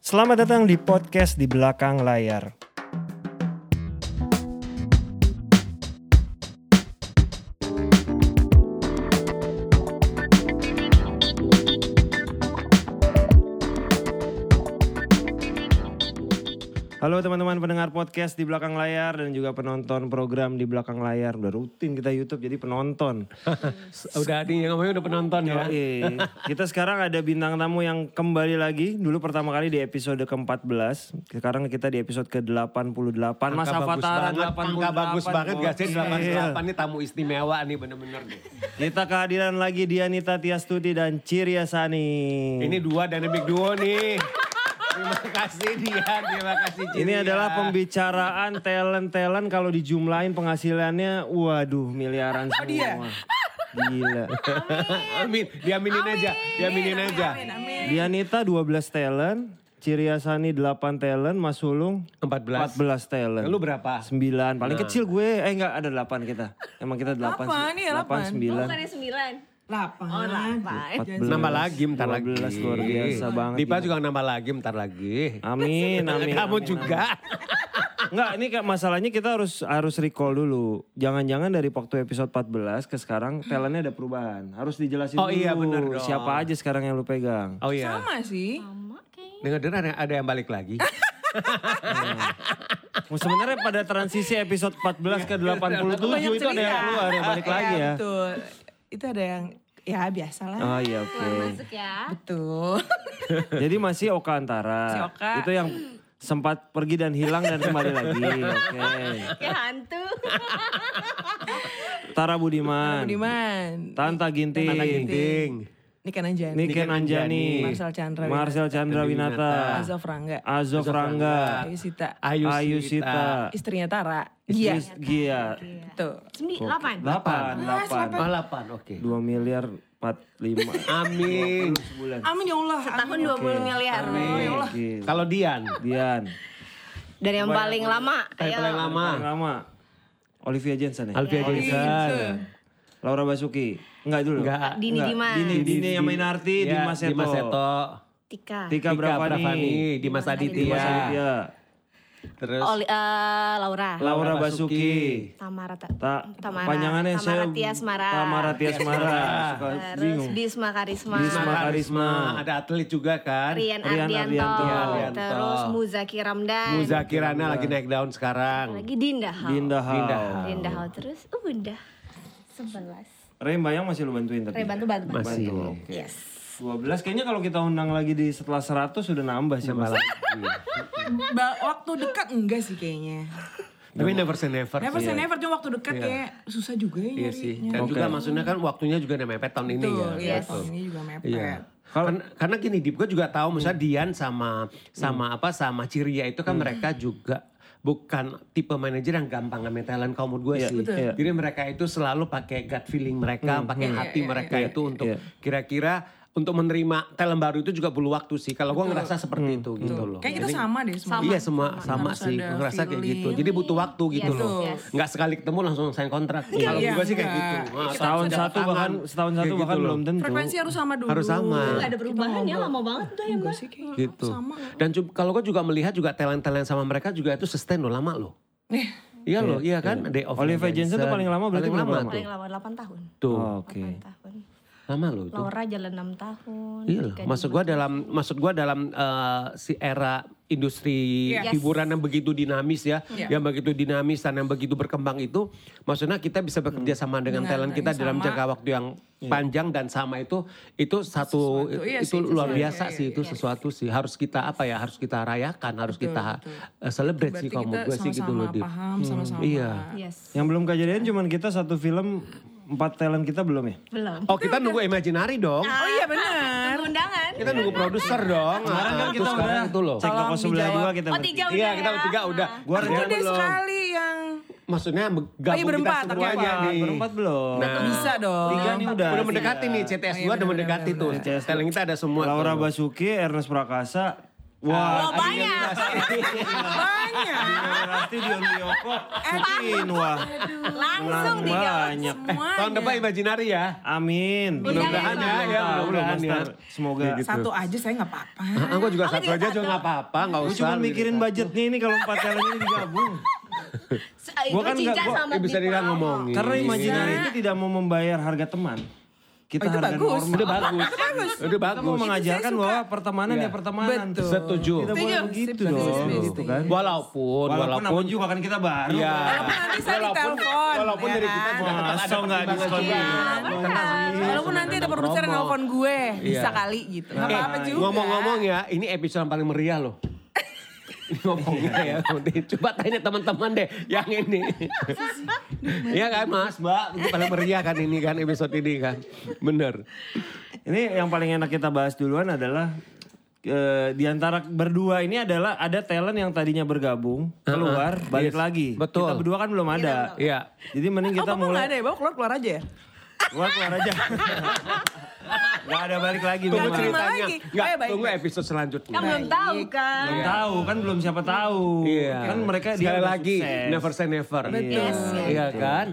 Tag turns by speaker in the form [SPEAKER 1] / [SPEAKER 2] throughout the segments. [SPEAKER 1] Selamat datang di podcast di belakang layar. Halo teman-teman pendengar podcast di belakang layar dan juga penonton program di belakang layar. Udah rutin kita YouTube jadi penonton.
[SPEAKER 2] Eh, Udah nih yang ngomongnya udah penonton ya.
[SPEAKER 1] Yoi. Kita sekarang ada bintang tamu yang kembali lagi. Dulu pertama kali di episode ke-14. Sekarang kita di episode ke-88. Masa
[SPEAKER 2] bagus
[SPEAKER 1] Fatara
[SPEAKER 2] banget, angka
[SPEAKER 1] 88.
[SPEAKER 2] bagus banget gak sih
[SPEAKER 1] Gokil.
[SPEAKER 2] 88 nih tamu istimewa nih bener-bener deh.
[SPEAKER 1] Kita kehadiran lagi Dianita Tiastuti dan Ciria Sani.
[SPEAKER 2] Ini dua dynamic duo nih. Terima kasih Dian, terima kasih Cilia.
[SPEAKER 1] Ini adalah pembicaraan talent-talent kalau dijumlahin penghasilannya waduh miliaran semua. Gila.
[SPEAKER 2] Amin, diaminin aja, diaminin aja.
[SPEAKER 1] Dianita 12 talent, Ciria Sani 8 talent, Mas Sulung
[SPEAKER 2] 14.
[SPEAKER 1] 14 talent.
[SPEAKER 2] Lu berapa?
[SPEAKER 1] 9. Paling
[SPEAKER 2] Nah.
[SPEAKER 1] kecil gue eh enggak ada 8 kita. Emang kita 8.
[SPEAKER 3] Delapan, iya, delapan.
[SPEAKER 1] 9.
[SPEAKER 4] Bukannya sembilan.
[SPEAKER 3] Lapan.
[SPEAKER 4] Oh,
[SPEAKER 1] Gitu. 14.
[SPEAKER 4] delapan.
[SPEAKER 2] Nambah lagi bentar lagi. Iya.
[SPEAKER 1] 12 luar biasa banget. iya.
[SPEAKER 2] Dipa juga nambah lagi bentar lagi.
[SPEAKER 1] Amin, amin.
[SPEAKER 2] Kamu
[SPEAKER 1] amin,
[SPEAKER 2] juga.
[SPEAKER 1] Enggak, ini kayak masalahnya kita harus harus recall dulu. Jangan-jangan dari waktu episode 14 ke sekarang talentnya ada perubahan. Harus dijelasin
[SPEAKER 2] Oh
[SPEAKER 1] dulu.
[SPEAKER 2] iya, bener dong.
[SPEAKER 1] Siapa aja sekarang yang lu pegang?
[SPEAKER 2] Oh iya.
[SPEAKER 3] Sama sih.
[SPEAKER 2] Dengar-dengar ada- ada yang balik lagi.
[SPEAKER 1] Well, Sebenarnya pada transisi episode 14 ke 87 itu ada yang
[SPEAKER 3] cerita.
[SPEAKER 1] keluar yang balik
[SPEAKER 3] Iya,
[SPEAKER 1] lagi ya.
[SPEAKER 3] Betul. Itu ada yang ya biasa lah.
[SPEAKER 1] Oh iya oke.
[SPEAKER 4] Masuk ya.
[SPEAKER 3] Betul.
[SPEAKER 1] Jadi masih Oka Antara.
[SPEAKER 3] Si Oka.
[SPEAKER 1] Itu yang sempat pergi dan hilang dan kembali lagi. Oke.
[SPEAKER 4] Kayak hantu.
[SPEAKER 1] Tara Budiman.
[SPEAKER 3] Budiman.
[SPEAKER 1] Tanta Ginting.
[SPEAKER 2] Tata Ginting.
[SPEAKER 3] Niken Anjani.
[SPEAKER 1] Niken Anjani.
[SPEAKER 3] Marcel Chandra Winata.
[SPEAKER 1] Marcel Chandra Winata.
[SPEAKER 3] Azov Rangga.
[SPEAKER 1] Azov Rangga.
[SPEAKER 3] Ayu Sita.
[SPEAKER 2] Ayu,
[SPEAKER 1] Ayu
[SPEAKER 2] Sita.
[SPEAKER 1] Sita.
[SPEAKER 3] Istrinya Tara. Iya. Gitu.
[SPEAKER 1] Istri- Gia.
[SPEAKER 3] Betul.
[SPEAKER 4] Sembi, delapan.
[SPEAKER 1] Delapan. Delapan.
[SPEAKER 2] Oh, delapan, oke.
[SPEAKER 1] Dua miliar empat lima.
[SPEAKER 2] Amin.
[SPEAKER 1] Sebulan.
[SPEAKER 3] Amin ya Allah.
[SPEAKER 4] Tahun 20
[SPEAKER 3] ya
[SPEAKER 4] miliar.
[SPEAKER 1] Gila.
[SPEAKER 2] Kalau Dian,
[SPEAKER 1] Dian.
[SPEAKER 4] Dari yang paling lama.
[SPEAKER 2] kayak paling lama.
[SPEAKER 1] Yang lama. Ah. Olivia Jensen ya?
[SPEAKER 2] Alvia Jensen.
[SPEAKER 1] Laura Basuki. Enggak dulu.
[SPEAKER 2] Enggak.
[SPEAKER 4] Dini
[SPEAKER 1] Enggak.
[SPEAKER 4] Dimas.
[SPEAKER 1] Dini, Dini yang main arti,
[SPEAKER 2] Iya,
[SPEAKER 1] Dimas Seto.
[SPEAKER 2] Dimas Seto.
[SPEAKER 4] Tika.
[SPEAKER 1] Tika
[SPEAKER 2] Tika Iya.
[SPEAKER 1] Bravani.
[SPEAKER 2] Bravani, Dimas
[SPEAKER 1] Dimas
[SPEAKER 2] Aditya.
[SPEAKER 1] Aditya.
[SPEAKER 2] Terus
[SPEAKER 4] Oli, eh, Laura.
[SPEAKER 1] Laura Basuki.
[SPEAKER 4] Tamara. Ta-
[SPEAKER 1] Ta
[SPEAKER 4] Tamara.
[SPEAKER 1] panjangannya
[SPEAKER 4] Tamara
[SPEAKER 1] saya
[SPEAKER 4] Tias Mara.
[SPEAKER 1] Tamara Tias Mara. Suka
[SPEAKER 4] Terus
[SPEAKER 1] bingung.
[SPEAKER 4] Bisma Karisma.
[SPEAKER 1] Bisma. Karisma.
[SPEAKER 2] Ada atlet juga kan.
[SPEAKER 4] Rian
[SPEAKER 1] Rian
[SPEAKER 4] Ardianto.
[SPEAKER 1] Ardianto.
[SPEAKER 4] Terus Muzaki Ramdan.
[SPEAKER 2] Muza Kirana lagi naik daun sekarang.
[SPEAKER 4] Lagi Dinda Hao.
[SPEAKER 1] Dinda
[SPEAKER 2] Dinda
[SPEAKER 1] Hao.
[SPEAKER 2] Hao.
[SPEAKER 4] Dinda Hao. Terus uh, udah. Sebelas.
[SPEAKER 1] Rey Bayang masih lu bantuin tapi.
[SPEAKER 4] Rey bantu bantu. bantu.
[SPEAKER 1] Bantu. Oke.
[SPEAKER 4] Yes.
[SPEAKER 1] 12 kayaknya kalau kita undang lagi di setelah 100 sudah nambah sih Mas.
[SPEAKER 3] Ba- waktu dekat enggak sih kayaknya.
[SPEAKER 2] Tapi never say never.
[SPEAKER 3] Never say never cuma waktu dekat kayak susah juga ya
[SPEAKER 2] Iya
[SPEAKER 3] nyari-
[SPEAKER 2] sih.
[SPEAKER 3] nyari.
[SPEAKER 2] Dan juga maksudnya kan waktunya juga udah mepet tahun ini ya.
[SPEAKER 3] Betul. Iya,
[SPEAKER 2] Betul.
[SPEAKER 3] tahun ini juga mepet.
[SPEAKER 2] Iya. Karena, karena gini Dip, gue juga tahu misalnya Dian sama sama apa sama Ciria itu kan mereka juga bukan tipe manajer yang gampang ngambil talent kalau menurut gue sih.
[SPEAKER 1] betul. Iya.
[SPEAKER 2] Jadi mereka itu selalu pakai gut feeling mereka, pakai hati mereka itu untuk
[SPEAKER 1] Iya.
[SPEAKER 2] kira-kira untuk menerima talent baru itu juga butuh waktu sih. Kalau gue ngerasa seperti itu gitu loh.
[SPEAKER 3] Kayak kita sama deh semua.
[SPEAKER 2] Iya semua sama,
[SPEAKER 3] Harus
[SPEAKER 2] sih,
[SPEAKER 3] ada
[SPEAKER 2] Gua ngerasa kayak
[SPEAKER 3] feeling.
[SPEAKER 2] gitu. Jadi butuh waktu gitu
[SPEAKER 4] Yes,
[SPEAKER 2] loh.
[SPEAKER 4] yes.
[SPEAKER 2] Nggak sekali ketemu langsung sign kontrak. Kalau
[SPEAKER 3] Iya,
[SPEAKER 2] gue sih kayak
[SPEAKER 3] enggak.
[SPEAKER 2] gitu. Wah,
[SPEAKER 1] Setahun
[SPEAKER 2] langsung
[SPEAKER 1] satu
[SPEAKER 2] jabat
[SPEAKER 1] bahkan
[SPEAKER 2] tangan.
[SPEAKER 1] setahun
[SPEAKER 2] Kayak
[SPEAKER 1] satu
[SPEAKER 2] gitu
[SPEAKER 1] bahkan
[SPEAKER 2] loh.
[SPEAKER 1] belum tentu.
[SPEAKER 3] Frekuensi harus sama dulu.
[SPEAKER 2] Harus sama.
[SPEAKER 4] Nggak ada perubahan ya lama banget tuh ya mbak.
[SPEAKER 3] Enggak sih kayaknya.
[SPEAKER 2] gitu.
[SPEAKER 3] Sama.
[SPEAKER 2] Dan cu- kalau gue juga melihat juga talent-talent sama mereka juga itu sustain loh lama loh.
[SPEAKER 3] Eh,
[SPEAKER 2] Iya loh, iya kan? Day of
[SPEAKER 1] Oliver Jensen tuh paling lama berarti
[SPEAKER 2] paling lama,
[SPEAKER 1] berapa lama? Oh.
[SPEAKER 2] tuh.
[SPEAKER 4] Paling lama 8 tahun.
[SPEAKER 2] Tuh,
[SPEAKER 1] Oke.
[SPEAKER 4] 8 tahun.
[SPEAKER 2] lama loh itu.
[SPEAKER 4] Laura jalan 6 tahun.
[SPEAKER 2] Iya loh. Maksud gue dalam maksud gua dalam eh, si era industri
[SPEAKER 3] Iya.
[SPEAKER 2] hiburan yang begitu dinamis ya,
[SPEAKER 3] Iya.
[SPEAKER 2] yang begitu dinamis dan yang begitu berkembang itu, maksudnya kita bisa bekerja sama dengan
[SPEAKER 3] Hmm. Dengan
[SPEAKER 2] talent kita
[SPEAKER 3] yang
[SPEAKER 2] dalam
[SPEAKER 3] sama.
[SPEAKER 2] jangka waktu yang panjang dan sama itu itu satu
[SPEAKER 3] Sesuatu, iya
[SPEAKER 2] itu
[SPEAKER 3] sih,
[SPEAKER 2] luar
[SPEAKER 3] sesuatu,
[SPEAKER 2] biasa
[SPEAKER 3] iya,
[SPEAKER 2] sih
[SPEAKER 3] iya,
[SPEAKER 2] itu sesuatu sih harus kita apa ya harus kita rayakan harus kita eh, celebrate
[SPEAKER 3] Berarti
[SPEAKER 2] sih kalau
[SPEAKER 3] kita
[SPEAKER 2] menurut gue sih gitu
[SPEAKER 3] sama-sama
[SPEAKER 2] loh. Div.
[SPEAKER 3] paham, sama-sama.
[SPEAKER 2] Iya.
[SPEAKER 4] Yes.
[SPEAKER 1] Yang belum kejadian cuman kita satu film empat talent kita belum ya?
[SPEAKER 4] Belum.
[SPEAKER 2] Oh kita
[SPEAKER 3] Iya.
[SPEAKER 2] nunggu imaginary dong.
[SPEAKER 3] Oh
[SPEAKER 4] Ah.
[SPEAKER 3] iya benar.
[SPEAKER 4] Tunggu undangan.
[SPEAKER 2] Kita nunggu produser dong.
[SPEAKER 1] Kemarin kan
[SPEAKER 2] Ah,
[SPEAKER 1] kita
[SPEAKER 2] terus
[SPEAKER 1] udah
[SPEAKER 2] sekarang itu loh.
[SPEAKER 1] cek toko
[SPEAKER 3] Tolong
[SPEAKER 1] sebelah
[SPEAKER 3] dijawab.
[SPEAKER 1] dua kita
[SPEAKER 4] Oh
[SPEAKER 1] bertiga.
[SPEAKER 4] tiga udah
[SPEAKER 2] Iya
[SPEAKER 4] ya.
[SPEAKER 2] kita bertiga udah.
[SPEAKER 1] Gua
[SPEAKER 3] Itu
[SPEAKER 1] rencana
[SPEAKER 3] deh
[SPEAKER 1] belum.
[SPEAKER 3] sekali yang
[SPEAKER 2] Maksudnya gabung
[SPEAKER 3] berempat,
[SPEAKER 2] kita
[SPEAKER 3] oke,
[SPEAKER 2] semuanya
[SPEAKER 1] Empat,
[SPEAKER 2] nih.
[SPEAKER 1] berempat belum.
[SPEAKER 2] Nah.
[SPEAKER 3] bisa dong.
[SPEAKER 1] Tiga nih udah.
[SPEAKER 2] Oh, iya, udah mendekati nih CTS 2 udah mendekati tuh.
[SPEAKER 1] CTS.
[SPEAKER 2] Talent kita ada semua.
[SPEAKER 1] Laura
[SPEAKER 2] tuh.
[SPEAKER 1] Basuki, Ernest Prakasa, Wah,
[SPEAKER 4] Oh,
[SPEAKER 3] Wah, banyak. Banyak.
[SPEAKER 1] pasti di
[SPEAKER 3] Eh,
[SPEAKER 1] Olioko, Putin, wah.
[SPEAKER 3] Langsung
[SPEAKER 1] Banyak.
[SPEAKER 3] digawat semuanya.
[SPEAKER 2] Eh, Tahun depan imajinari ya.
[SPEAKER 3] Iya,
[SPEAKER 1] Amin.
[SPEAKER 2] Mudah-mudahan
[SPEAKER 1] kan?
[SPEAKER 2] ya, ya,
[SPEAKER 1] Tahu,
[SPEAKER 2] mudah-mudahan ya.
[SPEAKER 1] Master. Semoga.
[SPEAKER 2] Gitu.
[SPEAKER 3] Satu aja saya nggak apa-apa.
[SPEAKER 2] Ah, gua juga satu aja juga nggak apa-apa, nggak
[SPEAKER 1] Gue
[SPEAKER 2] usah.
[SPEAKER 1] cuma
[SPEAKER 2] lu
[SPEAKER 1] mikirin
[SPEAKER 2] gitu. Iya.
[SPEAKER 1] budgetnya ini kalau empat kali ini digabung.
[SPEAKER 4] Gua
[SPEAKER 1] kan
[SPEAKER 4] kan
[SPEAKER 1] nggak- gua-
[SPEAKER 4] sama
[SPEAKER 2] Eh, bisa Iya.
[SPEAKER 4] Bipa.
[SPEAKER 2] dibilang ngomongin.
[SPEAKER 1] Karena imajinari itu tidak mau membayar harga teman. Kita
[SPEAKER 3] Iya. Oh, itu
[SPEAKER 1] harga
[SPEAKER 3] bagus.
[SPEAKER 1] normal.
[SPEAKER 2] Udah bagus.
[SPEAKER 3] bagus.
[SPEAKER 2] Udah
[SPEAKER 1] Kita mau
[SPEAKER 2] bagus.
[SPEAKER 1] mengajarkan bahwa pertemanan
[SPEAKER 2] Iya.
[SPEAKER 1] ya pertemanan.
[SPEAKER 3] Betul.
[SPEAKER 2] Setuju.
[SPEAKER 1] Tidak boleh
[SPEAKER 3] Setuju.
[SPEAKER 1] begitu
[SPEAKER 3] Setuju,
[SPEAKER 1] dong.
[SPEAKER 3] setuju,
[SPEAKER 1] Gitu kan.
[SPEAKER 2] Iya. Walaupun,
[SPEAKER 1] Walaupun,
[SPEAKER 2] walaupun,
[SPEAKER 1] walaupun juga kan kita baru.
[SPEAKER 2] Iya.
[SPEAKER 3] Walaupun nanti saya
[SPEAKER 2] Walaupun-
[SPEAKER 3] ditelepon,
[SPEAKER 2] Walaupun
[SPEAKER 3] ya
[SPEAKER 2] dari kita
[SPEAKER 3] kan?
[SPEAKER 2] juga tetap ada
[SPEAKER 1] Masa nggak
[SPEAKER 2] pertimbangan Iya,
[SPEAKER 1] diskon
[SPEAKER 2] juga.
[SPEAKER 1] dulu?
[SPEAKER 3] Walaupun nanti ada produser yang nelfon gue, bisa
[SPEAKER 2] Iya.
[SPEAKER 3] kali gitu. Gak apa-apa
[SPEAKER 1] Eh,
[SPEAKER 3] juga.
[SPEAKER 2] Ngomong-ngomong ya, ini episode yang paling meriah loh. Ini Ngomongnya ya, Budi. coba tanya teman-teman deh yang ini. Iya kan Mas, Mbak, ini paling meriah kan ini kan episode ini kan. Bener.
[SPEAKER 1] Ini yang paling enak kita bahas duluan adalah eh, di antara berdua ini adalah ada talent yang tadinya bergabung keluar
[SPEAKER 2] Uh-uh.
[SPEAKER 1] balik
[SPEAKER 2] Yes.
[SPEAKER 1] lagi.
[SPEAKER 2] Betul.
[SPEAKER 1] Kita berdua kan belum ada.
[SPEAKER 2] Iya.
[SPEAKER 1] Jadi mending
[SPEAKER 3] Oh,
[SPEAKER 1] kita
[SPEAKER 3] Bapak nggak
[SPEAKER 1] mulai
[SPEAKER 3] ada ya? Bapak keluar-keluar aja ya?
[SPEAKER 1] keluar keluar aja. Gak ada balik lagi.
[SPEAKER 3] Tunggu
[SPEAKER 1] memang.
[SPEAKER 3] cerita.
[SPEAKER 2] Tanya,
[SPEAKER 3] lagi.
[SPEAKER 2] nggak,
[SPEAKER 3] Eh, baik,
[SPEAKER 2] tunggu
[SPEAKER 3] baik.
[SPEAKER 2] episode selanjutnya.
[SPEAKER 4] Kan belum tahu kan.
[SPEAKER 1] Belum tahu kan belum siapa tahu.
[SPEAKER 2] Iya.
[SPEAKER 1] Kan mereka dia
[SPEAKER 2] sekali
[SPEAKER 1] udah
[SPEAKER 2] lagi
[SPEAKER 1] sukses.
[SPEAKER 2] never say never.
[SPEAKER 1] Yes.
[SPEAKER 2] Iya kan?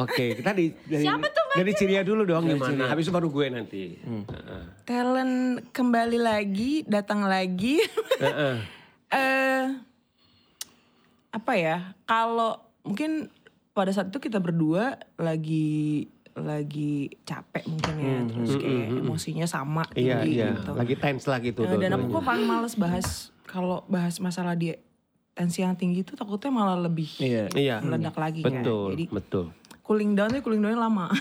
[SPEAKER 2] Oke, kita di dari,
[SPEAKER 4] Siapa tuh, Mas?
[SPEAKER 2] dari Ciria dulu dong gimana. Habis itu baru gue nanti.
[SPEAKER 1] Hmm.
[SPEAKER 2] Heeh.
[SPEAKER 3] Talent kembali lagi, datang lagi.
[SPEAKER 2] Heeh.
[SPEAKER 3] eh apa ya? Kalau mungkin pada saat itu kita berdua lagi lagi capek mungkin ya,
[SPEAKER 2] Hmm,
[SPEAKER 3] terus kayak emosinya sama
[SPEAKER 2] Iya,
[SPEAKER 3] tinggi
[SPEAKER 2] iya.
[SPEAKER 3] gitu.
[SPEAKER 2] Lagi tense lah gitu.
[SPEAKER 3] Nah, dan aku
[SPEAKER 2] dua-duanya.
[SPEAKER 3] kok paling males bahas kalau bahas masalah dia tensi yang tinggi itu takutnya malah lebih
[SPEAKER 1] Iya.
[SPEAKER 2] Iya.
[SPEAKER 3] meledak lagi kan.
[SPEAKER 2] Betul,
[SPEAKER 3] Jadi
[SPEAKER 2] betul.
[SPEAKER 3] cooling down cooling down lama.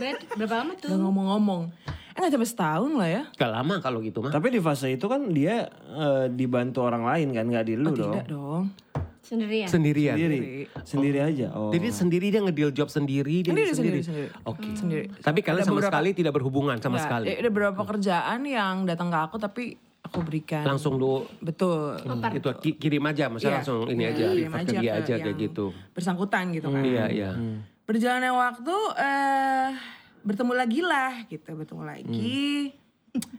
[SPEAKER 4] Bet, berapa lama tuh?
[SPEAKER 3] Gak ngomong-ngomong. Eh gak sampai setahun lah ya.
[SPEAKER 2] Gak lama kalau gitu mah.
[SPEAKER 1] Tapi di fase itu kan dia eh, dibantu orang lain kan nggak di lu dong.
[SPEAKER 3] Oh, Tidak dong. Iya.
[SPEAKER 4] Sendirian.
[SPEAKER 2] Sendirian.
[SPEAKER 1] Sendiri. Sendiri aja. Oh.
[SPEAKER 2] Jadi sendiri dia ngedeal job sendiri, dia
[SPEAKER 3] Sendiri,
[SPEAKER 2] sendiri.
[SPEAKER 3] sendiri, sendiri. Hmm.
[SPEAKER 2] Oke.
[SPEAKER 3] Sendiri.
[SPEAKER 2] Tapi kalian
[SPEAKER 3] Ada
[SPEAKER 2] sama
[SPEAKER 3] beberapa-
[SPEAKER 2] sekali tidak berhubungan sama
[SPEAKER 3] Nggak, eh,
[SPEAKER 2] sekali. Hmm.
[SPEAKER 3] Ada beberapa kerjaan yang datang ke aku tapi aku berikan.
[SPEAKER 2] Langsung lu
[SPEAKER 3] Betul.
[SPEAKER 2] itu ki- kirim aja,
[SPEAKER 3] eh, Iya.
[SPEAKER 2] maksudnya langsung ini
[SPEAKER 3] Iya,
[SPEAKER 2] aja,
[SPEAKER 3] kirim
[SPEAKER 2] refer ke dia
[SPEAKER 3] ke
[SPEAKER 2] aja kayak
[SPEAKER 3] yang
[SPEAKER 2] gitu.
[SPEAKER 3] Bersangkutan gitu kan.
[SPEAKER 2] Iya, iya.
[SPEAKER 3] Berjalannya waktu eh bertemu lagi lah gitu, bertemu lagi.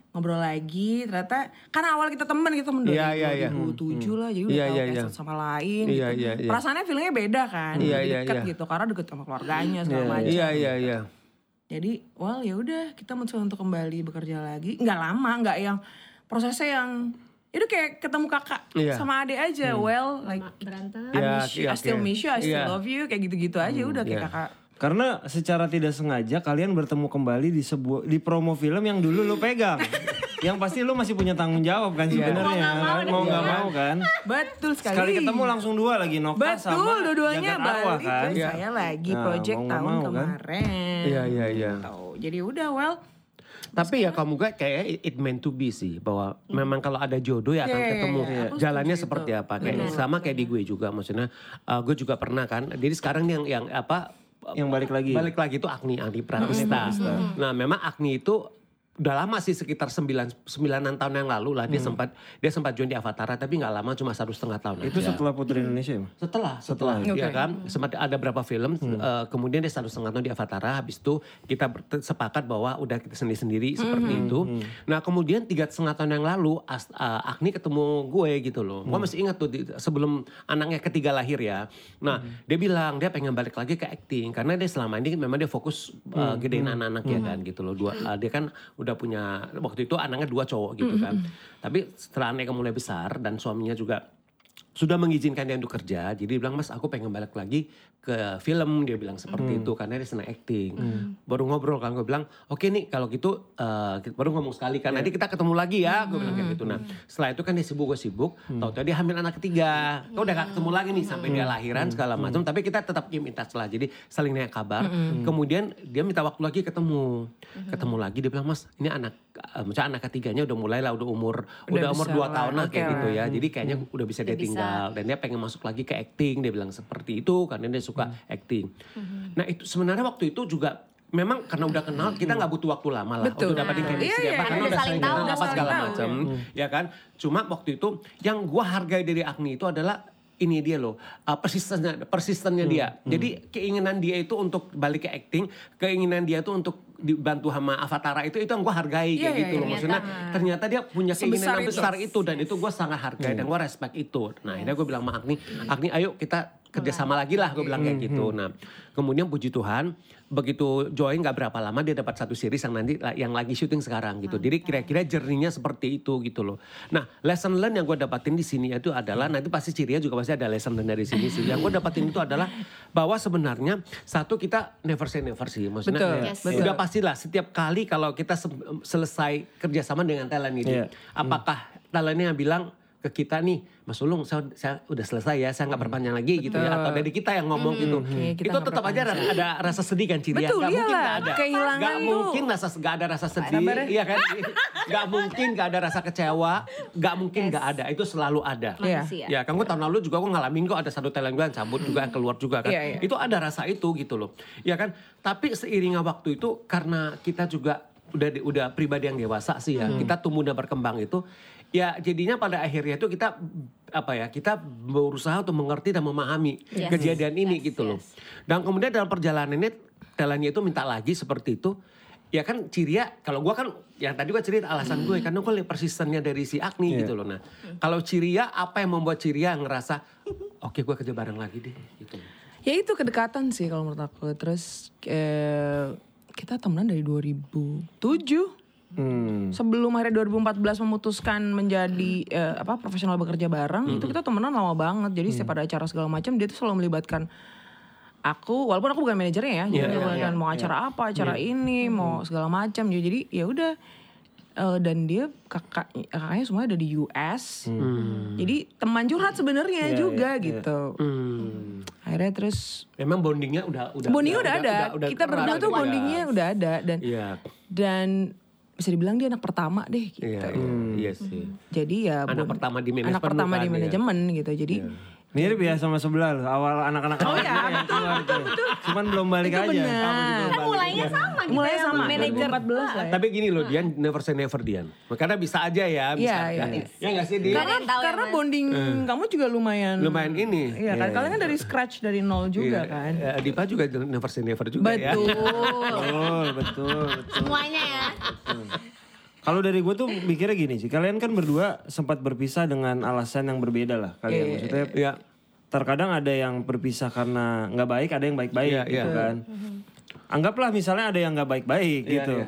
[SPEAKER 3] Ngobrol lagi, ternyata karena awal kita temen kita temen
[SPEAKER 2] Hmm. Iya, iya, iya.
[SPEAKER 3] 2007 lah, jadi udah
[SPEAKER 2] Iya,
[SPEAKER 3] tahu
[SPEAKER 2] iya,
[SPEAKER 3] kayak
[SPEAKER 2] iya.
[SPEAKER 3] satu sama lain.
[SPEAKER 2] Iya,
[SPEAKER 3] gitu.
[SPEAKER 2] iya, iya.
[SPEAKER 3] Perasaannya feelingnya beda kan,
[SPEAKER 2] Iya,
[SPEAKER 3] lebih
[SPEAKER 2] iya,
[SPEAKER 3] dekat
[SPEAKER 2] iya.
[SPEAKER 3] gitu karena deket sama keluarganya segala macam.
[SPEAKER 2] Iya, iya, iya.
[SPEAKER 3] Hmm. Jadi, well ya udah kita mencoba untuk kembali bekerja lagi. Nggak lama, nggak yang prosesnya yang itu kayak ketemu kakak
[SPEAKER 2] Iya.
[SPEAKER 3] sama adik aja.
[SPEAKER 1] Hmm.
[SPEAKER 3] Well, like
[SPEAKER 4] Berantem.
[SPEAKER 3] I,
[SPEAKER 2] Iya,
[SPEAKER 3] miss you,
[SPEAKER 2] iya,
[SPEAKER 3] I still
[SPEAKER 2] oke.
[SPEAKER 3] miss you, I still
[SPEAKER 2] Iya.
[SPEAKER 3] love you, kayak gitu-gitu aja.
[SPEAKER 1] Hmm,
[SPEAKER 3] udah
[SPEAKER 2] iya.
[SPEAKER 3] kayak kakak.
[SPEAKER 1] Karena secara tidak sengaja kalian bertemu kembali di sebuah di promo film yang dulu lu pegang. yang pasti lu masih punya tanggung jawab
[SPEAKER 3] Iya.
[SPEAKER 1] kan sebenarnya. kan? Mau nggak mau kan.
[SPEAKER 3] Betul iya. sekali.
[SPEAKER 1] Sekali ketemu langsung dua lagi Nokta sama
[SPEAKER 3] Betul, dua-duanya
[SPEAKER 1] Jagat Arwah
[SPEAKER 3] balik. Iya.
[SPEAKER 1] kan.
[SPEAKER 3] Dan saya lagi
[SPEAKER 1] Nah,
[SPEAKER 3] project
[SPEAKER 1] mau nggak
[SPEAKER 3] tahun
[SPEAKER 1] mau, kan?
[SPEAKER 3] kemarin.
[SPEAKER 2] Iya, iya, iya.
[SPEAKER 3] Gitu. Jadi udah, well,
[SPEAKER 2] Tapi ya kamu gak kayak it meant to be sih bahwa memang kalau ada jodoh ya akan
[SPEAKER 3] Hmm. Iya, iya,
[SPEAKER 2] ketemu
[SPEAKER 3] iya. Aku
[SPEAKER 2] jalannya
[SPEAKER 3] setuju
[SPEAKER 2] seperti
[SPEAKER 3] itu.
[SPEAKER 2] apa kayak sama kayak di gue juga maksudnya uh, gue juga pernah kan jadi sekarang yang yang apa
[SPEAKER 1] Yang balik lagi. Hmm.
[SPEAKER 2] balik lagi itu Agni Agni Pratista. Nah, memang Agni itu udah lama sih sekitar 9 sembilanan tahun yang lalu lah dia
[SPEAKER 1] Hmm.
[SPEAKER 2] sempat dia sempat join di Avatara tapi nggak lama cuma satu setengah tahun
[SPEAKER 1] Itu
[SPEAKER 3] Iya.
[SPEAKER 2] aja.
[SPEAKER 1] setelah
[SPEAKER 3] Hmm.
[SPEAKER 1] Putri Indonesia ya?
[SPEAKER 2] Setelah, setelah, ya kan. Sempat ada berapa film, eh, kemudian dia satu setengah tahun di Avatara, habis itu kita ber- sepakat bahwa udah kita sendiri-sendiri seperti itu. Nah kemudian tiga setengah tahun yang lalu, As- eh, Agni ketemu gue gitu loh. Gue masih ingat tuh, di- sebelum anaknya ketiga lahir ya. Nah dia bilang dia pengen balik lagi ke acting, karena dia selama ini memang dia fokus eh, gedein anak-anaknya kan gitu loh. Dua, eh, dia kan udah punya, waktu itu anaknya dua cowok gitu kan. Tapi setelah anaknya mulai besar dan suaminya juga sudah mengizinkan dia untuk kerja jadi dia bilang mas aku pengen balik lagi ke film dia bilang seperti
[SPEAKER 3] Hmm.
[SPEAKER 2] itu karena dia senang acting baru ngobrol kan gue bilang oke nih kalau gitu eh, kita- baru ngomong sekali
[SPEAKER 3] Iya.
[SPEAKER 2] kan nanti kita ketemu lagi ya gue bilang
[SPEAKER 3] Hmm.
[SPEAKER 2] kayak gitu nah setelah itu kan dia sibuk gue sibuk tau tau dia hamil anak ketiga kau udah gak ketemu lagi nih
[SPEAKER 3] Hmm.
[SPEAKER 2] sampai dia lahiran segala macam tapi kita tetap keep in touch lah jadi saling nanya kabar
[SPEAKER 3] Hmm.
[SPEAKER 2] kemudian dia minta waktu lagi ketemu ketemu lagi dia bilang mas ini anak eh, maksudnya anak ketiganya udah mulai lah udah umur udah,
[SPEAKER 3] Udah
[SPEAKER 2] umur
[SPEAKER 3] besar
[SPEAKER 2] dua
[SPEAKER 3] lah,
[SPEAKER 2] tahun lah
[SPEAKER 3] oke
[SPEAKER 2] kayak
[SPEAKER 3] lah.
[SPEAKER 2] gitu ya jadi kayaknya udah bisa dia
[SPEAKER 4] Udah bisa.
[SPEAKER 2] tinggal dan dia pengen masuk lagi ke acting dia bilang seperti itu karena dia suka acting nah itu sebenarnya waktu itu juga memang karena udah kenal kita nggak butuh waktu lama lah
[SPEAKER 3] Betul.
[SPEAKER 2] untuk dapetin
[SPEAKER 3] Nah,
[SPEAKER 2] chemistry
[SPEAKER 3] iya,
[SPEAKER 2] apa,
[SPEAKER 3] iya,
[SPEAKER 2] karena
[SPEAKER 4] udah
[SPEAKER 2] udah
[SPEAKER 4] saling
[SPEAKER 2] saling
[SPEAKER 4] tahu,
[SPEAKER 2] kenal
[SPEAKER 4] udah
[SPEAKER 2] apa
[SPEAKER 4] saling
[SPEAKER 2] segala
[SPEAKER 4] tahu,
[SPEAKER 2] macam ya kan cuma waktu itu yang gua hargai dari Agni itu adalah ini dia loh uh, persistennya persistennya dia jadi keinginan dia itu untuk balik ke acting keinginan dia itu untuk dibantu sama Avatara itu itu yang gue hargai
[SPEAKER 3] Iya,
[SPEAKER 2] kayak
[SPEAKER 3] iya,
[SPEAKER 2] gitu
[SPEAKER 3] iya.
[SPEAKER 2] loh maksudnya ternyata dia punya
[SPEAKER 3] Sebesar
[SPEAKER 2] keinginan
[SPEAKER 3] itu.
[SPEAKER 2] besar itu dan itu gue sangat hargai dan gue respect itu nah akhirnya gue bilang sama Agni Agni ayo kita kerjasama lagi lah gue bilang kayak gitu nah kemudian puji Tuhan begitu join nggak berapa lama dia dapat satu series yang nanti yang lagi syuting sekarang gitu jadi kira-kira jerninya seperti itu gitu loh nah lesson learn yang gue dapatin di sini itu adalah nanti pasti cirinya juga pasti ada lesson learn dari sini sih yang gue dapatin itu adalah bahwa sebenarnya satu kita never say never sih maksudnya
[SPEAKER 3] Betul,
[SPEAKER 2] ya,
[SPEAKER 4] Yes.
[SPEAKER 3] betul.
[SPEAKER 2] udah pastilah setiap kali kalau kita se- selesai kerjasama dengan talent ini,
[SPEAKER 1] Iya.
[SPEAKER 2] apakah talentnya bilang ke kita nih, Mas Ulung, saya, saya udah selesai ya, saya nggak perpanjang lagi gitu ya, atau dari kita yang ngomong gitu,
[SPEAKER 3] Iya, kita
[SPEAKER 2] itu
[SPEAKER 3] nggak
[SPEAKER 2] tetap aja ra- ada rasa sedih kan Ciri ya?
[SPEAKER 3] Betul,
[SPEAKER 2] Nggak mungkin
[SPEAKER 3] iyalah.
[SPEAKER 2] nggak ada,
[SPEAKER 3] Kehilangan
[SPEAKER 2] Nggak
[SPEAKER 3] tuh.
[SPEAKER 2] mungkin rasa nggak ada rasa sedih, iya kan? Nggak mungkin nggak ada rasa kecewa, nggak mungkin nggak ada, itu selalu ada.
[SPEAKER 3] Iya.
[SPEAKER 4] Manusia.
[SPEAKER 2] Ya, kan gue tahun lalu juga gue ngalamin kok ada satu talent gue yang cabut juga yang keluar juga kan.
[SPEAKER 3] Iya, iya.
[SPEAKER 2] Itu ada rasa itu gitu loh. Ya kan? Tapi seiringnya waktu itu karena kita juga udah di- udah pribadi yang dewasa sih ya.
[SPEAKER 4] Hmm.
[SPEAKER 2] Kita tumbuh dan berkembang itu ya jadinya pada akhirnya itu kita apa ya? Kita berusaha untuk mengerti dan memahami
[SPEAKER 4] Yes.
[SPEAKER 2] kejadian ini
[SPEAKER 4] Yes,
[SPEAKER 2] gitu loh.
[SPEAKER 4] yes.
[SPEAKER 2] Dan kemudian dalam perjalanan ini talentnya itu minta lagi seperti itu. Ya kan Ciria, kalau gua kan yang tadi gua cerita alasan gue karena gue lihat persistennya dari si Agni
[SPEAKER 4] Iya.
[SPEAKER 2] gitu loh. Nah,
[SPEAKER 4] Hmm.
[SPEAKER 2] kalau Ciria apa yang membuat Ciria ngerasa oke gua kerja bareng lagi deh gitu.
[SPEAKER 3] Ya itu kedekatan sih kalau menurut aku. Terus eh, kita temenan dari 2007.
[SPEAKER 1] Hmm.
[SPEAKER 3] Sebelum akhirnya 2014 memutuskan menjadi eh, apa profesional bekerja bareng, itu kita temenan lama banget. Jadi setiap ada acara segala macam dia tuh selalu melibatkan aku walaupun aku bukan manajernya ya, jadi dia melibatkan mau acara apa, acara ini, mau segala macam. Jadi ya udah Eh, dan dia kakak kakaknya semua ada di US. Jadi teman curhat sebenarnya juga gitu.
[SPEAKER 2] Hmm.
[SPEAKER 3] Akhirnya terus
[SPEAKER 2] Memang bondingnya udah udah
[SPEAKER 3] bondingnya udah, ada.
[SPEAKER 2] erat
[SPEAKER 3] kita berdua
[SPEAKER 2] gitu
[SPEAKER 3] tuh
[SPEAKER 2] ya.
[SPEAKER 3] bondingnya udah ada dan
[SPEAKER 2] Iya.
[SPEAKER 3] dan bisa dibilang dia anak pertama deh gitu.
[SPEAKER 2] Iya, iya, iya sih.
[SPEAKER 3] Jadi ya
[SPEAKER 2] Anak
[SPEAKER 3] bond-
[SPEAKER 2] pertama di manajemen
[SPEAKER 3] anak pertama
[SPEAKER 2] kan,
[SPEAKER 3] di
[SPEAKER 2] iya.
[SPEAKER 3] manajemen gitu. Jadi
[SPEAKER 1] Mirip ya sama sebelah loh, awal anak-anak
[SPEAKER 3] Oh iya,
[SPEAKER 1] awal yang keluar tuh. Cuman belum balik
[SPEAKER 3] Itu
[SPEAKER 1] aja.
[SPEAKER 3] benar.
[SPEAKER 1] Sama juga belum balik.
[SPEAKER 4] Kan mulainya sama gitu
[SPEAKER 3] mulai
[SPEAKER 4] ya,
[SPEAKER 3] sama
[SPEAKER 4] manajer
[SPEAKER 3] 2014 lah. ya.
[SPEAKER 2] Tapi gini loh, Dian never say never Dian. Makanya bisa aja ya, bisa.
[SPEAKER 3] Iya,
[SPEAKER 2] aja.
[SPEAKER 3] iya.
[SPEAKER 2] Ya nggak sih Dian?
[SPEAKER 4] Karena-
[SPEAKER 3] Karena
[SPEAKER 4] Ada yang tahu ya,
[SPEAKER 3] karena
[SPEAKER 4] Mas?
[SPEAKER 3] bonding kamu juga lumayan
[SPEAKER 2] Eh. Lumayan ini.
[SPEAKER 3] Iya kan kalian kan dari scratch dari nol juga kan.
[SPEAKER 2] Eh, Dipa juga never say never juga ya.
[SPEAKER 3] Betul.
[SPEAKER 1] Betul, betul, betul.
[SPEAKER 4] semuanya ya
[SPEAKER 1] Kalau dari gue tuh mikirnya gini sih, kalian kan berdua sempat berpisah dengan alasan yang berbeda lah kalian. Maksudnya
[SPEAKER 2] Iya.
[SPEAKER 1] terkadang ada yang berpisah karena nggak baik, ada yang baik-baik
[SPEAKER 2] Iya,
[SPEAKER 1] gitu
[SPEAKER 2] iya.
[SPEAKER 1] kan. Anggaplah misalnya ada yang nggak baik-baik gitu.
[SPEAKER 2] iya.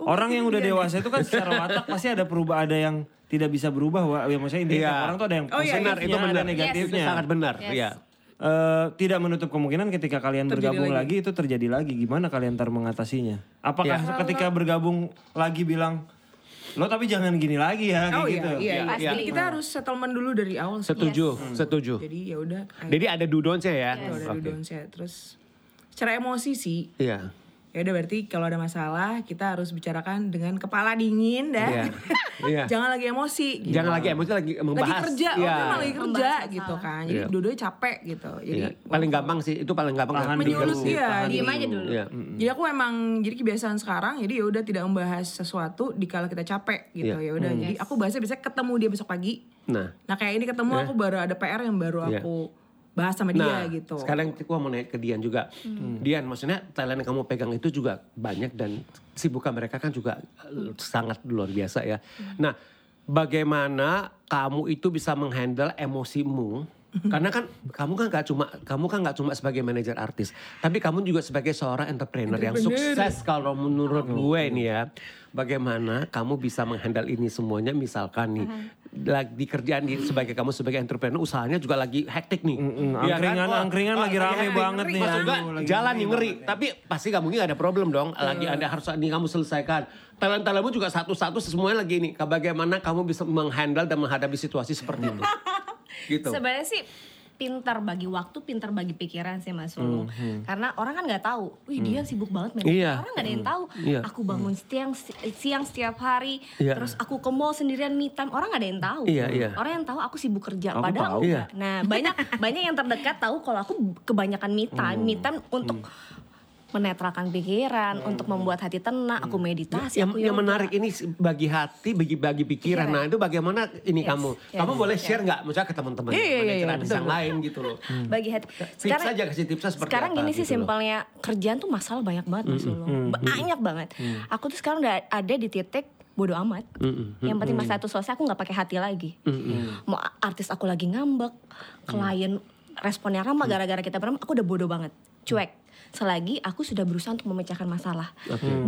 [SPEAKER 1] Orang yang udah dewasa itu kan secara watak pasti ada perubah ada yang tidak bisa berubah, Wak. Ya, maksudnya intinya
[SPEAKER 2] Iya.
[SPEAKER 1] tiap orang tuh ada yang
[SPEAKER 2] Oh, iya, benar, itu
[SPEAKER 1] positifnya, ada
[SPEAKER 2] benar.
[SPEAKER 1] negatifnya.
[SPEAKER 2] Itu sangat benar. Iya.
[SPEAKER 1] Eh, tidak menutup kemungkinan ketika kalian bergabung lagi. itu terjadi lagi. Gimana kalian ntar mengatasinya? Apakah
[SPEAKER 3] Ya.
[SPEAKER 1] ketika bergabung lagi bilang lo tapi jangan gini lagi ya kayak
[SPEAKER 3] Oh iya,
[SPEAKER 1] gitu.
[SPEAKER 3] iya, iya.
[SPEAKER 4] Pasti.
[SPEAKER 3] Jadi kita harus settlement dulu dari awal. sih.
[SPEAKER 2] Setuju,
[SPEAKER 4] Hmm.
[SPEAKER 2] setuju.
[SPEAKER 3] Jadi ya udah ayo,
[SPEAKER 2] Jadi ada dudonnya ya.
[SPEAKER 3] udah
[SPEAKER 2] Oke.
[SPEAKER 3] dudung saya. Terus secara emosi sih
[SPEAKER 2] Iya.
[SPEAKER 3] Ya udah berarti kalau ada masalah kita harus bicarakan dengan kepala
[SPEAKER 2] Iya.
[SPEAKER 3] dingin dan
[SPEAKER 2] Iya.
[SPEAKER 3] jangan lagi emosi. gitu.
[SPEAKER 2] Jangan lagi emosi lagi
[SPEAKER 3] lagi
[SPEAKER 2] membahas.
[SPEAKER 3] kerja,
[SPEAKER 2] Iya.
[SPEAKER 3] orang lagi kerja gitu kan. Jadi
[SPEAKER 2] Iya.
[SPEAKER 3] dua-duanya capek gitu. Jadi
[SPEAKER 2] Iya. Paling gampang sih, itu paling gampang.
[SPEAKER 1] Tahan
[SPEAKER 2] Tapi
[SPEAKER 1] dulu.
[SPEAKER 3] menyulut iya,
[SPEAKER 2] harus-
[SPEAKER 3] dia.
[SPEAKER 4] diem aja dulu
[SPEAKER 2] Iya.
[SPEAKER 3] Jadi aku emang jadi kebiasaan sekarang jadi ya udah tidak membahas sesuatu dikala kita capek gitu.
[SPEAKER 2] Iya.
[SPEAKER 3] Ya udah jadi aku bahasnya biasanya ketemu dia besok pagi.
[SPEAKER 2] Nah.
[SPEAKER 3] Nah, kayak ini ketemu aku baru ada PR yang baru
[SPEAKER 2] Iya.
[SPEAKER 3] aku bahas sama dia
[SPEAKER 2] Nah,
[SPEAKER 3] gitu. Hmm.
[SPEAKER 2] sekarang gua mau naik ke Dian juga. Dian, maksudnya Thailand yang kamu pegang itu juga banyak dan sibukan mereka kan juga eh,
[SPEAKER 3] Hmm.
[SPEAKER 2] sangat luar biasa ya. Nah, bagaimana kamu itu bisa menghandle emosimu?
[SPEAKER 3] Hmm.
[SPEAKER 2] Karena kan kamu kan gak cuma kamu kan nggak cuma sebagai manajer artis, tapi kamu juga sebagai seorang entrepreneur, yang sukses kalau menurut gue nih ya. Bagaimana kamu bisa menghandle ini semuanya? Misalkan nih
[SPEAKER 3] Hmm.
[SPEAKER 2] lagi di kerjaan di, sebagai kamu sebagai entrepreneur usahanya juga lagi hektik nih.
[SPEAKER 1] Mm-mm, Hmm,
[SPEAKER 2] Iya
[SPEAKER 1] angkringan- angkringan lagi rame banget nih,
[SPEAKER 2] Maksud gua,
[SPEAKER 1] aduh, lagi
[SPEAKER 2] jalan yang ngeri. Tapi pasti gak mungkin ada problem dong. Lagi ada harus ini kamu selesaikan. Talent-talentmu juga satu-satu semuanya lagi ini. Bagaimana kamu bisa menghandle dan menghadapi situasi seperti itu? gitu.
[SPEAKER 4] sebenarnya sih pintar bagi waktu, pintar bagi pikiran sih Mas Ulu. Karena orang kan nggak tahu, wih dia sibuk banget men.
[SPEAKER 2] Hmm, Iya.
[SPEAKER 4] Orang nggak ada yang tahu.
[SPEAKER 2] Iya.
[SPEAKER 4] Aku bangun siang siang setiap hari,
[SPEAKER 2] Iya.
[SPEAKER 4] terus aku ke mall sendirian me time. Orang nggak ada yang tahu.
[SPEAKER 2] Iya, iya.
[SPEAKER 4] Orang yang tahu aku sibuk kerja
[SPEAKER 1] Aku
[SPEAKER 4] padahal
[SPEAKER 1] tahu.
[SPEAKER 4] enggak.
[SPEAKER 2] Hmm.
[SPEAKER 4] Nah, banyak banyak yang terdekat tahu kalau aku kebanyakan me time, me time untuk menetralkan pikiran, untuk membuat hati tenang, aku meditasi,
[SPEAKER 2] Hmm. yang,
[SPEAKER 4] aku
[SPEAKER 2] yang
[SPEAKER 4] yoga.
[SPEAKER 2] menarik ini bagi hati, bagi bagi pikiran. Nah itu bagaimana ini
[SPEAKER 4] Yes,
[SPEAKER 2] kamu?
[SPEAKER 4] yes,
[SPEAKER 2] kamu boleh share nggak? Misalnya ke teman-teman,
[SPEAKER 3] Iya, iya,
[SPEAKER 2] manajer
[SPEAKER 3] iya,
[SPEAKER 2] artis
[SPEAKER 3] betul,
[SPEAKER 2] yang lain gitu loh.
[SPEAKER 4] bagi hati.
[SPEAKER 2] Tips aja kasih tipsnya seperti
[SPEAKER 4] sekarang
[SPEAKER 2] apa
[SPEAKER 4] gini sih
[SPEAKER 2] gitu loh. Hmm,
[SPEAKER 4] simpelnya kerjaan tuh masalah banyak banget Mas Ulu. banyak banget aku tuh sekarang udah ada di titik bodo amat
[SPEAKER 2] Hmm,
[SPEAKER 4] yang penting masalah itu selesai aku nggak pakai hati lagi Hmm. mau a- artis aku lagi ngambek klien responnya ramah
[SPEAKER 2] Hmm.
[SPEAKER 4] gara-gara kita berantem aku udah bodo banget cuek selagi aku sudah berusaha untuk memecahkan masalah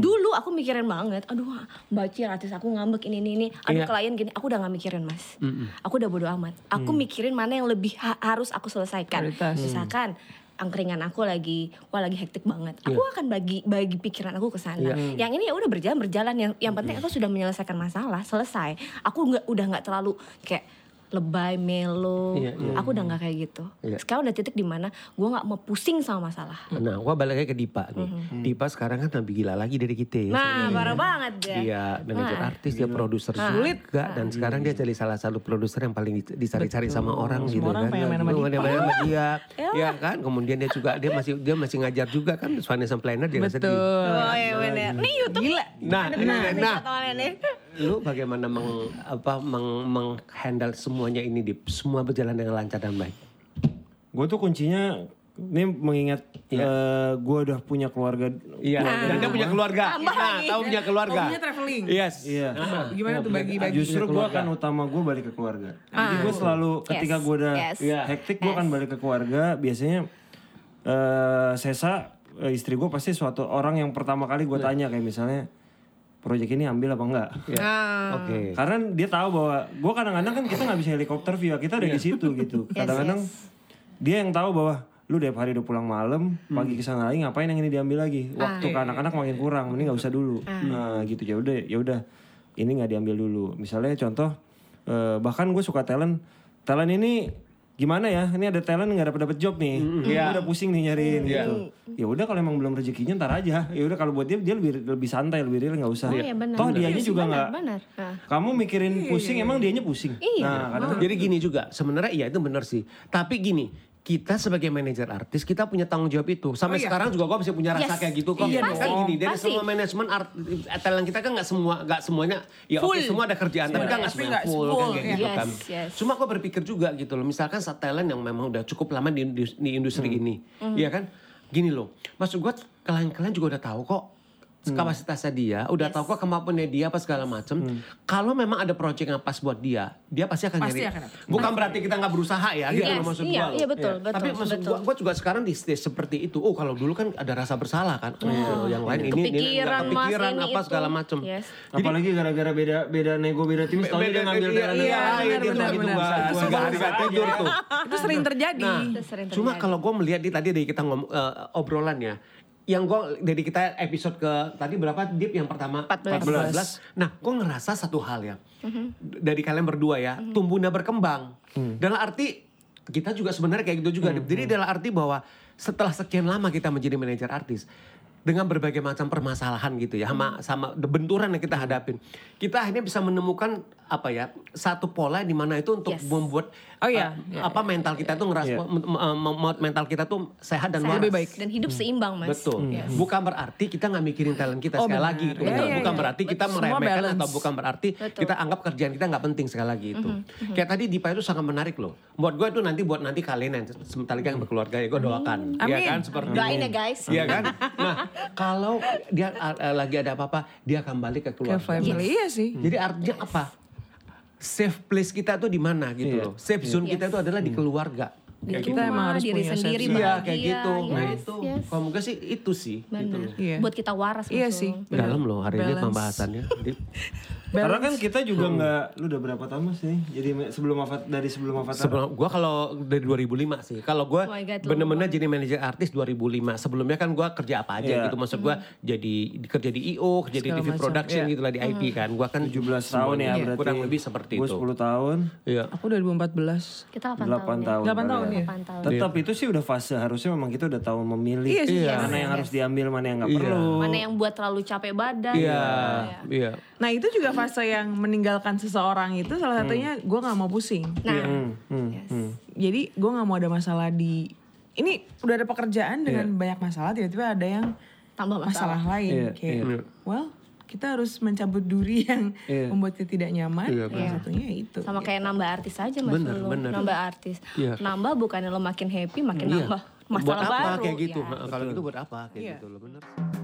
[SPEAKER 4] dulu aku mikirin banget aduh bacir artis aku ngambek ini ini ini aduh
[SPEAKER 2] Iya.
[SPEAKER 4] klien gini aku udah nggak mikirin mas aku udah bodo amat aku
[SPEAKER 2] Mm.
[SPEAKER 4] mikirin mana yang lebih ha- harus aku selesaikan
[SPEAKER 3] Prioritas.
[SPEAKER 4] misalkan angkringan aku lagi wah lagi hektik banget aku
[SPEAKER 2] Iya.
[SPEAKER 4] akan bagi bagi pikiran aku ke sana yang ini ya udah berjalan berjalan yang yang penting aku sudah menyelesaikan masalah selesai aku nggak udah nggak terlalu kayak lebay melo
[SPEAKER 2] Iya, iya.
[SPEAKER 4] aku udah nggak kayak gitu
[SPEAKER 2] Iya.
[SPEAKER 4] sekarang udah titik di mana gue nggak mau pusing sama masalah
[SPEAKER 2] Nah, gua balik lagi ke Dipa nih. Dipa sekarang kan lebih gila lagi dari kita ya.
[SPEAKER 4] nah parah banget
[SPEAKER 3] Iya.
[SPEAKER 4] ya
[SPEAKER 2] Dia manajer
[SPEAKER 3] Ah.
[SPEAKER 4] Nah.
[SPEAKER 2] artis, dia produser juga dan sekarang dia jadi salah satu produser yang paling di- dicari-cari sama orang gitu kan.
[SPEAKER 3] orang pengen main sama Iya.
[SPEAKER 2] Lu
[SPEAKER 3] Dipa.
[SPEAKER 2] ada main sama dia. ya kan? Kemudian dia juga dia masih dia masih ngajar juga kan Vanessa Planner dia nggak sedih.
[SPEAKER 4] oh iya bener nih YouTube
[SPEAKER 3] Gila.
[SPEAKER 2] Nah, nah,
[SPEAKER 4] ada beneran nih
[SPEAKER 2] nah,
[SPEAKER 4] potongannya nih.
[SPEAKER 2] lu bagaimana meng, apa meng, menghandle semuanya ini Dip? Semua berjalan dengan lancar dan baik.
[SPEAKER 1] Gue tuh kuncinya ini mengingat eh, gue udah punya keluarga.
[SPEAKER 2] Iya. Dan dia punya keluarga.
[SPEAKER 4] Tambah
[SPEAKER 2] nah,
[SPEAKER 4] lagi.
[SPEAKER 2] kamu punya keluarga.
[SPEAKER 3] Nah. Hobinya traveling.
[SPEAKER 2] Yes.
[SPEAKER 1] Iya.
[SPEAKER 3] Gimana tuh bagi-bagi?
[SPEAKER 1] Justru gue akan utama gue balik ke keluarga. Jadi gue selalu ketika gue udah
[SPEAKER 4] Yes.
[SPEAKER 1] hektik gue akan balik ke keluarga. Biasanya eh Sesa eh, istri gue pasti suatu orang yang pertama kali gue tanya kayak misalnya proyek ini ambil apa enggak.
[SPEAKER 2] Iya.
[SPEAKER 3] Ah.
[SPEAKER 2] Oke.
[SPEAKER 1] Karena dia tahu bahwa gue kadang-kadang kan kita nggak bisa helikopter view, kita ada di
[SPEAKER 4] Iya.
[SPEAKER 1] situ gitu. Kadang-kadang dia yang tahu bahwa lu tiap hari udah pulang malam,
[SPEAKER 4] Hmm.
[SPEAKER 1] pagi ke sana lagi ngapain yang ini diambil lagi?
[SPEAKER 4] Ah.
[SPEAKER 1] Waktu ke anak-anak makin kurang, mending nggak usah dulu. Nah, gitu ya udah, ya udah. Ini nggak diambil dulu. Misalnya contoh eh, bahkan gue suka talent, talent ini gimana ya? Ini ada talent nggak dapat dapat job nih. Gue udah pusing nih nyariin gitu. Ya udah kalau emang belum rezekinya ntar aja. Ya udah kalau buat dia dia lebih lebih santai, lebih real nggak usah.
[SPEAKER 4] Oh, iya, benar.
[SPEAKER 1] Toh dianya
[SPEAKER 4] Iya sih,
[SPEAKER 1] juga
[SPEAKER 4] benar,
[SPEAKER 1] nggak
[SPEAKER 4] benar. Ah.
[SPEAKER 1] kamu mikirin
[SPEAKER 3] Iya,
[SPEAKER 1] pusing, emang dianya pusing.
[SPEAKER 4] Iya.
[SPEAKER 1] Nah, kadang
[SPEAKER 2] Jadi gini juga, sebenarnya iya itu benar sih. Tapi gini, kita sebagai manajer artis kita punya tanggung jawab itu. Sampai sekarang juga gue masih punya rasa
[SPEAKER 4] Yes.
[SPEAKER 2] kayak gitu kok.
[SPEAKER 4] Iya
[SPEAKER 2] kan
[SPEAKER 4] dong.
[SPEAKER 2] gini, dari
[SPEAKER 4] Pasti.
[SPEAKER 2] semua manajemen art, talent kita kan nggak semua nggak semuanya ya oke
[SPEAKER 3] Full.
[SPEAKER 2] semua ada kerjaan tapi kan nggak
[SPEAKER 3] Tapi
[SPEAKER 2] semuanya
[SPEAKER 3] nggak
[SPEAKER 2] full, kan
[SPEAKER 3] full,
[SPEAKER 2] kayak
[SPEAKER 4] iya.
[SPEAKER 2] gitu
[SPEAKER 4] Yes,
[SPEAKER 2] kan.
[SPEAKER 4] yes.
[SPEAKER 2] Cuma gue berpikir juga gitu loh, misalkan saat talent yang memang udah cukup lama di, indus- di industri
[SPEAKER 4] Hmm.
[SPEAKER 2] ini, Iya kan? Gini loh, maksud gue kalian-kalian juga udah tahu kok
[SPEAKER 4] Hmm.
[SPEAKER 2] kapasitasnya dia, udah tahu kok kemampuannya dia apa segala macem.
[SPEAKER 4] Hmm.
[SPEAKER 2] Kalau memang ada project yang pas buat dia, dia pasti akan nyari.
[SPEAKER 3] Pasti akan dapat.
[SPEAKER 2] Bukan berarti kita nggak berusaha ya, gitu
[SPEAKER 4] Yes,
[SPEAKER 2] loh maksud
[SPEAKER 4] iya,
[SPEAKER 2] gua.
[SPEAKER 4] iya, betul, betul,
[SPEAKER 2] Tapi maksud
[SPEAKER 4] betul.
[SPEAKER 2] gua, gua juga sekarang di stage seperti itu. Oh, kalau dulu kan ada rasa bersalah kan. Oh, yang lain ini ini
[SPEAKER 4] Iya. Kepikiran,
[SPEAKER 2] nggak
[SPEAKER 4] Mas,
[SPEAKER 2] kepikiran
[SPEAKER 4] ini,
[SPEAKER 2] apa
[SPEAKER 4] itu.
[SPEAKER 2] segala macem.
[SPEAKER 4] Yes.
[SPEAKER 1] apalagi gara-gara beda beda nego beda tim, tahun dia ngambil
[SPEAKER 2] iya,
[SPEAKER 1] talent
[SPEAKER 2] iya,
[SPEAKER 1] lain
[SPEAKER 2] iya,
[SPEAKER 3] benar,
[SPEAKER 1] gitu
[SPEAKER 2] gitu,
[SPEAKER 3] benar,
[SPEAKER 2] gitu,
[SPEAKER 3] benar.
[SPEAKER 2] gua-
[SPEAKER 1] Itu
[SPEAKER 2] gua nggak bisa tidur tuh.
[SPEAKER 3] Itu sering terjadi.
[SPEAKER 4] Itu sering
[SPEAKER 2] Iya. Cuma
[SPEAKER 4] terjadi.
[SPEAKER 2] kalau gue melihat nih tadi dari kita ngom, eh, obrolan ya, yang gue dari kita episode ke tadi berapa deep yang pertama
[SPEAKER 4] 14.
[SPEAKER 2] 14. Nah, gue ngerasa satu hal ya
[SPEAKER 4] Mm-hmm.
[SPEAKER 2] D- dari kalian berdua ya tumbuhnya berkembang dalam arti kita juga sebenarnya kayak gitu juga. Dip. Jadi dalam arti bahwa setelah sekian lama kita menjadi manajer artis dengan berbagai macam permasalahan gitu ya sama
[SPEAKER 4] Mm-hmm.
[SPEAKER 2] sama benturan yang kita hadapin kita akhirnya bisa menemukan apa ya satu pola di mana itu untuk
[SPEAKER 4] Yes.
[SPEAKER 2] membuat
[SPEAKER 3] Oh, iya.
[SPEAKER 2] eh, apa mental kita tuh ngeras
[SPEAKER 1] Iya.
[SPEAKER 2] mem- mem- mem- mental kita tuh sehat dan
[SPEAKER 4] Sehat.
[SPEAKER 2] waras.
[SPEAKER 3] Lebih baik.
[SPEAKER 4] dan hidup seimbang mas Hmm.
[SPEAKER 2] Betul.
[SPEAKER 4] Iya.
[SPEAKER 2] Bukan berarti kita nggak mikirin talent kita
[SPEAKER 3] Oh,
[SPEAKER 2] sekali
[SPEAKER 3] benar.
[SPEAKER 2] lagi. Itu
[SPEAKER 3] Iya,
[SPEAKER 2] betul.
[SPEAKER 3] iya,
[SPEAKER 2] bukan
[SPEAKER 3] iya.
[SPEAKER 2] berarti kita
[SPEAKER 3] Semua
[SPEAKER 2] meremehkan
[SPEAKER 3] balance. Mhm,
[SPEAKER 2] atau bukan berarti kita anggap kerjaan kita nggak penting sekali lagi itu. Kayak tadi Dipa itu sangat menarik loh. Buat gue itu nanti buat nanti kalian yang sebentar lagi yang berkeluarga ya gue doakan. Iya
[SPEAKER 3] Oh. Amin.
[SPEAKER 2] kan seperti
[SPEAKER 4] doain ya guys
[SPEAKER 2] Iya kan? Nah, kalau dia eh, lagi ada apa-apa, dia akan balik ke
[SPEAKER 3] Ke
[SPEAKER 2] keluarga.
[SPEAKER 3] family iya sih.
[SPEAKER 2] Hmm. Jadi artinya apa? Safe place kita tuh di mana gitu loh. Safe zone kita itu adalah di keluarga. gitu.
[SPEAKER 4] di
[SPEAKER 3] kita
[SPEAKER 4] rumah,
[SPEAKER 3] emang harus
[SPEAKER 4] diri
[SPEAKER 3] punya
[SPEAKER 4] sendiri
[SPEAKER 3] sense.
[SPEAKER 2] Iya
[SPEAKER 4] bahagia.
[SPEAKER 2] kayak gitu. nah
[SPEAKER 4] Yes,
[SPEAKER 2] itu
[SPEAKER 4] yes.
[SPEAKER 2] kalau enggak sih itu sih gitu
[SPEAKER 4] Benar.
[SPEAKER 2] loh.
[SPEAKER 3] Iya.
[SPEAKER 4] Buat kita waras
[SPEAKER 3] Iya
[SPEAKER 4] Mas
[SPEAKER 3] sih.
[SPEAKER 4] Ulung.
[SPEAKER 3] Benar.
[SPEAKER 2] Dalam loh hari ini
[SPEAKER 3] Balance.
[SPEAKER 2] pembahasannya. Dip.
[SPEAKER 3] Iya.
[SPEAKER 1] Karena kan kita juga nggak, lu udah berapa tahun mas nih? Jadi me- sebelum Avat- dari sebelum Avatar.
[SPEAKER 2] Sebelum gua kalau dari 2005 sih. Kalau gua
[SPEAKER 4] Oh my God,
[SPEAKER 2] bener-bener jadi manajer artis 2005. Sebelumnya kan gua kerja apa aja
[SPEAKER 1] Iya.
[SPEAKER 2] gitu. Maksud gua jadi kerja di IO, kerja
[SPEAKER 3] Segala
[SPEAKER 2] di TV
[SPEAKER 3] macam,
[SPEAKER 2] production
[SPEAKER 3] iya.
[SPEAKER 2] gitu lah di IP kan. Gua kan
[SPEAKER 1] 17 tahun ya berarti.
[SPEAKER 2] kurang lebih seperti
[SPEAKER 1] Gua
[SPEAKER 2] itu.
[SPEAKER 1] 10 tahun,
[SPEAKER 2] Iya.
[SPEAKER 3] Aku 2014.
[SPEAKER 4] Kita
[SPEAKER 1] 8
[SPEAKER 4] 8,
[SPEAKER 1] tahun.
[SPEAKER 4] tahun.
[SPEAKER 1] Iya.
[SPEAKER 3] Delapan
[SPEAKER 1] baru
[SPEAKER 3] tahun ya.
[SPEAKER 4] Delapan tahun.
[SPEAKER 1] Tetap itu sih udah fase harusnya memang kita udah tahu memilih
[SPEAKER 3] Iya sih,
[SPEAKER 1] mana yang harus diambil, mana yang nggak
[SPEAKER 2] Iya.
[SPEAKER 1] perlu.
[SPEAKER 4] Mana yang buat terlalu capek badan.
[SPEAKER 2] Iya. Iya.
[SPEAKER 3] Nah itu juga fase yang meninggalkan seseorang itu salah satunya gue nggak mau pusing.
[SPEAKER 4] Nah,
[SPEAKER 2] Iya.
[SPEAKER 3] Iya
[SPEAKER 1] Hmm.
[SPEAKER 3] Jadi gue nggak mau ada masalah di ini udah ada pekerjaan dengan banyak masalah tiba-tiba ada yang
[SPEAKER 4] tambah masalah.
[SPEAKER 3] masalah lain
[SPEAKER 1] Iya,
[SPEAKER 3] kayak
[SPEAKER 2] iya.
[SPEAKER 3] well kita harus mencabut duri yang
[SPEAKER 1] Iya.
[SPEAKER 3] membuatnya tidak nyaman
[SPEAKER 2] Iya,
[SPEAKER 3] salah
[SPEAKER 4] benar.
[SPEAKER 3] satunya ya itu
[SPEAKER 4] Sama kayak nambah artis aja Mas
[SPEAKER 2] Bener,
[SPEAKER 4] Lulu.
[SPEAKER 2] bener.
[SPEAKER 4] Nambah artis.
[SPEAKER 2] Iya.
[SPEAKER 4] Nambah bukannya lo makin happy, makin
[SPEAKER 2] Iya.
[SPEAKER 4] nambah
[SPEAKER 2] buat
[SPEAKER 4] masalah
[SPEAKER 2] apa
[SPEAKER 4] baru.
[SPEAKER 2] kayak gitu?
[SPEAKER 4] ya.
[SPEAKER 2] Nah, Kalau gitu buat apa kayak
[SPEAKER 3] Iya.
[SPEAKER 2] gitu loh bener.